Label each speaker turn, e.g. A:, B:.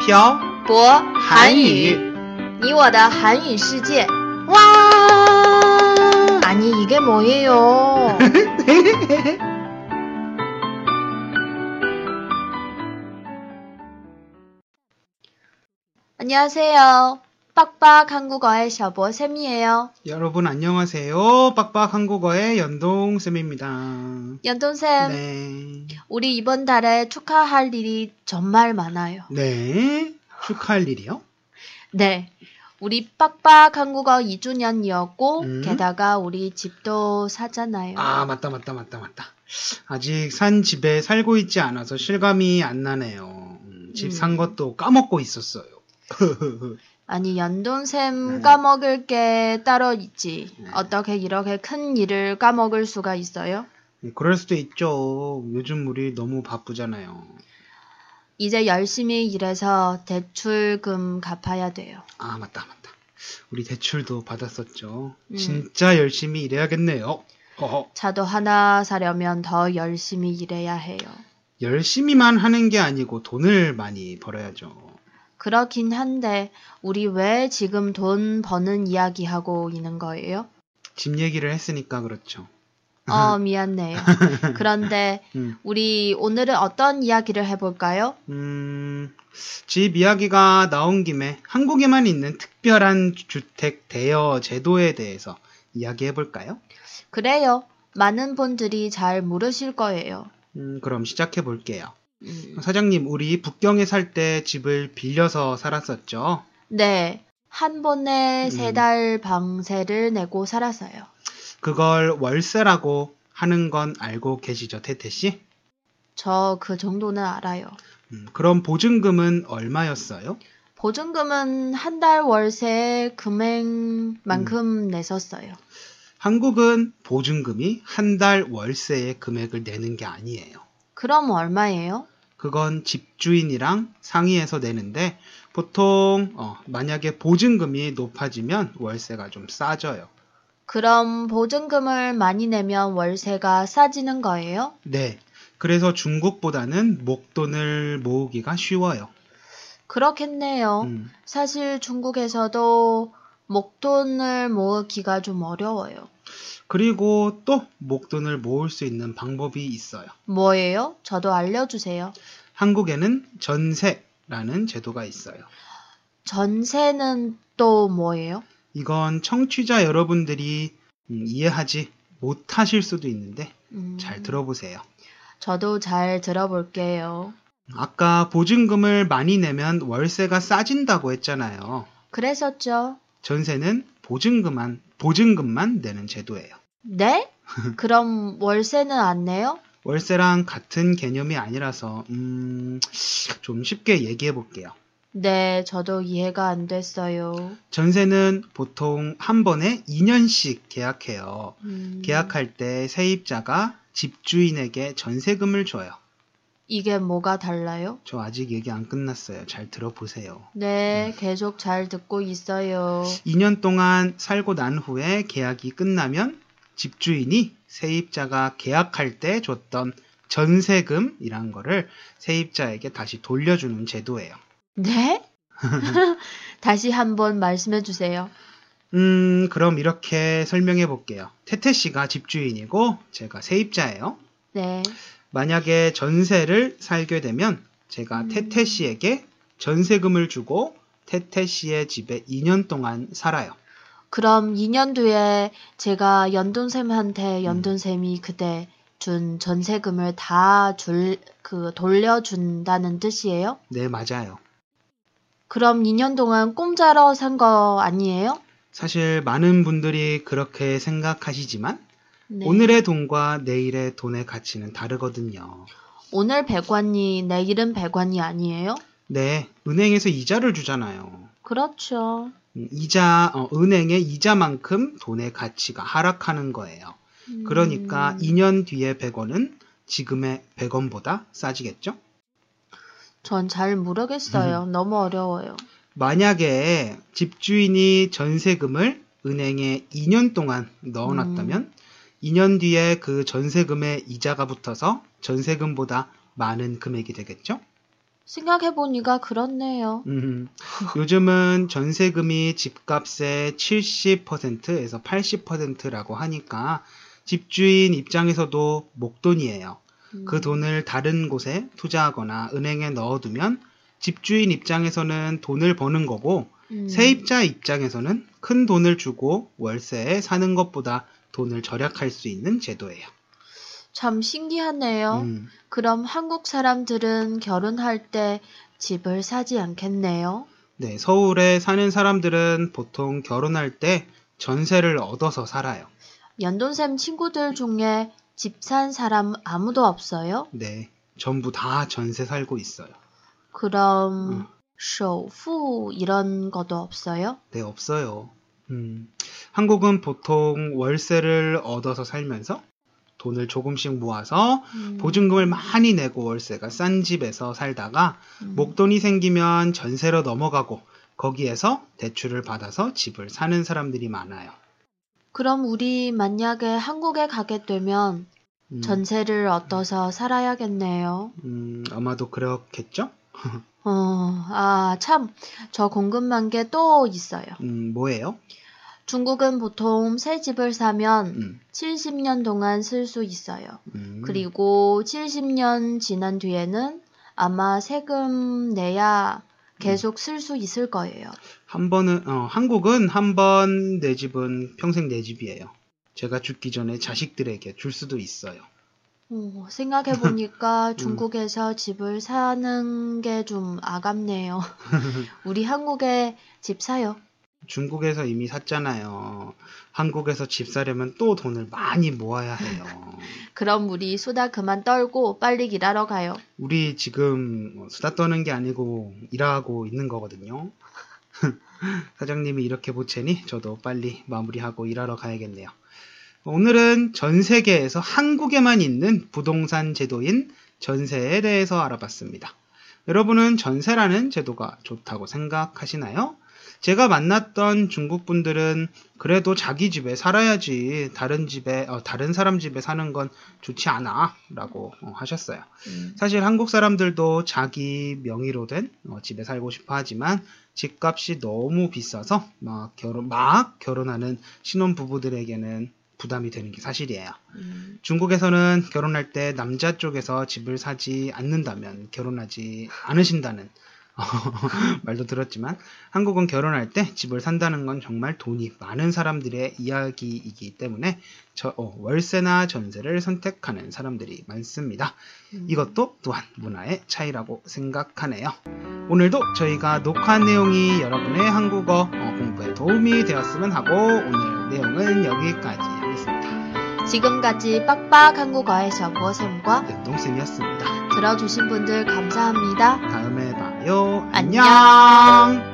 A: 漂
B: 博
A: 韩
B: 韩
A: 语
B: 语，你我的韩语世界。
A: 와.
B: 아니 이게 뭐예요? 안녕하세요. 빡빡 한국어의 셔보 쌤이에요.
A: 여러분 안녕하세요. 빡빡 한국어의 연동 쌤입니다.
B: 연돈 쌤,
A: 네.
B: 우리 이번 달에 축하할 일이 정말 많아요.
A: 네. 축하할 일이요?
B: 네. 우리 빡빡 한국어 2주년이었고
A: 음.
B: 게다가 우리 집도 사잖아요.
A: 아, 맞다 맞다 맞다 맞다. 아직 산 집에 살고 있지 않아서 실감이 안 나네요.
B: 음.
A: 집 산 것도 까먹고 있었어요.
B: 아니 연돈샘
A: 네.
B: 까먹을 게 따로 있지.
A: 네.
B: 어떻게 이렇게 큰 일을 까먹을 수가 있어요?
A: 그럴 수도 있죠. 요즘 우리 너무 바쁘잖아요.
B: 이제 열심히 일해서 대출금 갚아야 돼요.
A: 아, 맞다 맞다. 우리 대출도 받았었죠.
B: 음.
A: 진짜 열심히 일해야겠네요. 허허.
B: 차도 하나 사려면 더 열심히 일해야 해요.
A: 열심히만 하는 게 아니고 돈을 많이 벌어야죠.
B: 그렇긴 한데 우리 왜 지금 돈 버는 이야기하고 있는 거예요?
A: 집 얘기를 했으니까 그렇죠.
B: 어 미안해요. 그런데
A: 음.
B: 우리 오늘은 어떤 이야기를 해볼까요?
A: 음, 집 이야기가 나온 김에 한국에만 있는 특별한 주택 대여 제도에 대해서 이야기해 볼까요?
B: 그래요. 많은 분들이 잘 모르실 거예요.
A: 음, 그럼 시작해 볼게요.
B: 음.
A: 사장님, 우리 북경에 살 때 집을 빌려서 살았었죠.
B: 네. 한 번에
A: 음.
B: 세 달 방세를 내고 살았어요.
A: 그걸 월세라고 하는 건 알고 계시죠, 태태 씨?
B: 저 그 정도는 알아요.
A: 음, 그럼 보증금은 얼마였어요?
B: 보증금은 한 달 월세
A: 음.
B: 금액만큼 냈었어요.
A: 한국은 보증금이 한 달 월세의 금액을 내는 게 아니에요.
B: 그럼 얼마예요?
A: 그건 집주인이랑 상의해서 내는데 보통 어, 만약에 보증금이 높아지면 월세가 좀 싸져요.
B: 그럼 보증금을 많이 내면 월세가 싸지는 거예요?
A: 네. 그래서 중국보다는 목돈을 모으기가 쉬워요.
B: 그렇겠네요.
A: 음,
B: 사실 중국에서도 목돈을 모으기가 좀 어려워요.
A: 그리고 또 목돈을 모을 수 있는 방법이 있어요.
B: 뭐예요? 저도 알려주세요.
A: 한국에는 전세라는 제도가 있어요.
B: 전세는 또 뭐예요?
A: 이건 청취자 여러분들이 음, 이해하지 못하실 수도 있는데
B: 음,
A: 잘 들어보세요.
B: 저도 잘 들어볼게요.
A: 아까 보증금을 많이 내면 월세가 싸진다고 했잖아요.
B: 그랬었죠.
A: 전세는 보증금만 보증금만 내는 제도예요.
B: 네? 그럼 월세는 안 내요?
A: 월세랑 같은 개념이 아니라서 음, 좀 쉽게 얘기해 볼게요.
B: 네, 저도 이해가 안 됐어요.
A: 전세는 보통 한 번에 2년씩 계약해요.
B: 음,
A: 계약할 때 세입자가 집주인에게 전세금을 줘요.
B: 이게 뭐가 달라요?
A: 저 아직 얘기 안 끝났어요. 잘 들어보세요.
B: 네, 계속 잘 듣고 있어요.
A: 2년 동안 살고 난 후에 계약이 끝나면 집주인이 세입자가 계약할 때 줬던 전세금이란 거를 세입자에게 다시 돌려주는 제도예요.
B: 네? 다시 한번 말씀해 주세요.
A: 음, 그럼 이렇게 설명해 볼게요. 태태 씨가 집주인이고 제가 세입자예요.
B: 네.
A: 만약에 전세를 살게 되면 제가
B: 음.
A: 태태 씨에게 전세금을 주고 태태 씨의 집에 2년 동안 살아요.
B: 그럼 2년 뒤에 제가
A: 음.
B: 연돈쌤한테 연돈쌤이 그때 준 전세금을 다 줄, 그, 돌려준다는 뜻이에요?
A: 네, 맞아요.
B: 그럼 2년 동안 공짜로 산 거 아니에요?
A: 사실 많은 분들이 그렇게 생각하시지만
B: 네.
A: 오늘의 돈과 내일의 돈의 가치는 다르거든요.
B: 오늘 100원이 내일은 100원이 아니에요?
A: 네, 은행에서 이자를 주잖아요.
B: 그렇죠.
A: 음, 이자, 어, 은행의 이자만큼 돈의 가치가 하락하는 거예요.
B: 음,
A: 그러니까 2년 뒤에 100원은 지금의 100원보다 싸지겠죠?
B: 전잘
A: 음.
B: 모르겠어요. 너무 어려워요.
A: 만약에 집주인이 전세금을 은행에 2년 동안 넣어놨다면
B: 음.
A: 2년 뒤에 그 전세금에 이자가 붙어서 전세금보다 많은 금액이 되겠죠?
B: 생각해보니까 그렇네요.
A: 음, 요즘은 전세금이 집값의 70%에서 80%라고 하니까 집주인 입장에서도 목돈이에요.
B: 음,
A: 그 돈을 다른 곳에 투자하거나 은행에 넣어두면 집주인 입장에서는 돈을 버는 거고
B: 음,
A: 세입자 입장에서는 큰 돈을 주고 월세에 사는 것보다 돈을 절약할 수 있는 제도예요.
B: 참 신기하네요.
A: 음,
B: 그럼 한국 사람들은 결혼할 때 집을 사지 않겠네요.
A: 네, 서울에 사는 사람들은 보통 결혼할 때 전세를 얻어서 살아요.
B: 연돈샘 친구들 중에 집 산 사람 아무도 없어요?
A: 네, 전부 다 전세 살고 있어요.
B: 그럼
A: 음.
B: 首付 이런 것도 없어요?
A: 네, 없어요. 음, 한국은 보통 월세를 얻어서 살면서 돈을 조금씩 모아서
B: 음,
A: 보증금을 많이 내고 월세가 싼 집에서 살다가
B: 음,
A: 목돈이 생기면 전세로 넘어가고 거기에서 대출을 받아서 집을 사는 사람들이 많아요.
B: 그럼 우리 만약에 한국에 가게 되면
A: 음,
B: 전세를 얻어서 살아야겠네요.
A: 음, 아마도 그렇겠죠?
B: 어, 아, 참. 저 궁금한 게 또 있어요.
A: 음, 뭐예요?
B: 중국은 보통 새 집을 사면
A: 음,
B: 70년 동안 쓸 수 있어요.
A: 음,
B: 그리고 70년 지난 뒤에는 아마 세금 내야 계속 쓸 수 있을 거예요.
A: 한 번은 어, 한국은 한 번 내 집은 평생 내 집이에요. 제가 죽기 전에 자식들에게 줄 수도 있어요.
B: 어,
A: 음.
B: 생각해보니까 중국에서 집을 사는 게 좀 아깝네요. 우리 한국에 집 사요.
A: 중국에서 이미 샀잖아요. 한국에서 집 사려면 또 돈을 많이 모아야 해요.
B: 그럼 우리 수다 그만 떨고 빨리 일하러 가요.
A: 우리 지금 뭐 수다 떠는 게 아니고 일하고 있는 거거든요. 사장님이 이렇게 보채니 저도 빨리 마무리하고 일하러 가야겠네요. 오늘은 전 세계에서 한국에만 있는 부동산 제도인 전세에 대해서 알아봤습니다. 여러분은 전세라는 제도가 좋다고 생각하시나요? 제가 만났던 중국 분들은 그래도 자기 집에 살아야지 다른 집에 어, 다른 사람 집에 사는 건 좋지 않아라고 어, 하셨어요.
B: 음,
A: 사실 한국 사람들도 자기 명의로 된 어, 집에 살고 싶어 하지만 집값이 너무 비싸서 막 결혼 막 결혼하는 신혼 부부들에게는 부담이 되는 게 사실이에요.
B: 음.
A: 중국에서는 결혼할 때 남자 쪽에서 집을 사지 않는다면 결혼하지 않으신다는 어, 말도 들었지만 한국은 결혼할 때 집을 산다는 건 정말 돈이 많은 사람들의 이야기이기 때문에 저- 어, 월세나 전세를 선택하는 사람들이 많습니다. 이것도 또한 문화의 차이라고 생각하네요. 오늘도 저희가 녹화한 내용이 여러분의 한국어 어, 공부에 도움이 되었으면 하고 오늘 내용은 여기까지 하겠습니다.
B: 지금까지 빡빡 한국어의 정보샘과
A: 네, 연동쌤이었습니다.
B: 들어주신 분들 감사합니다.
A: 다음에 봐요.
B: 안녕.
A: 안녕.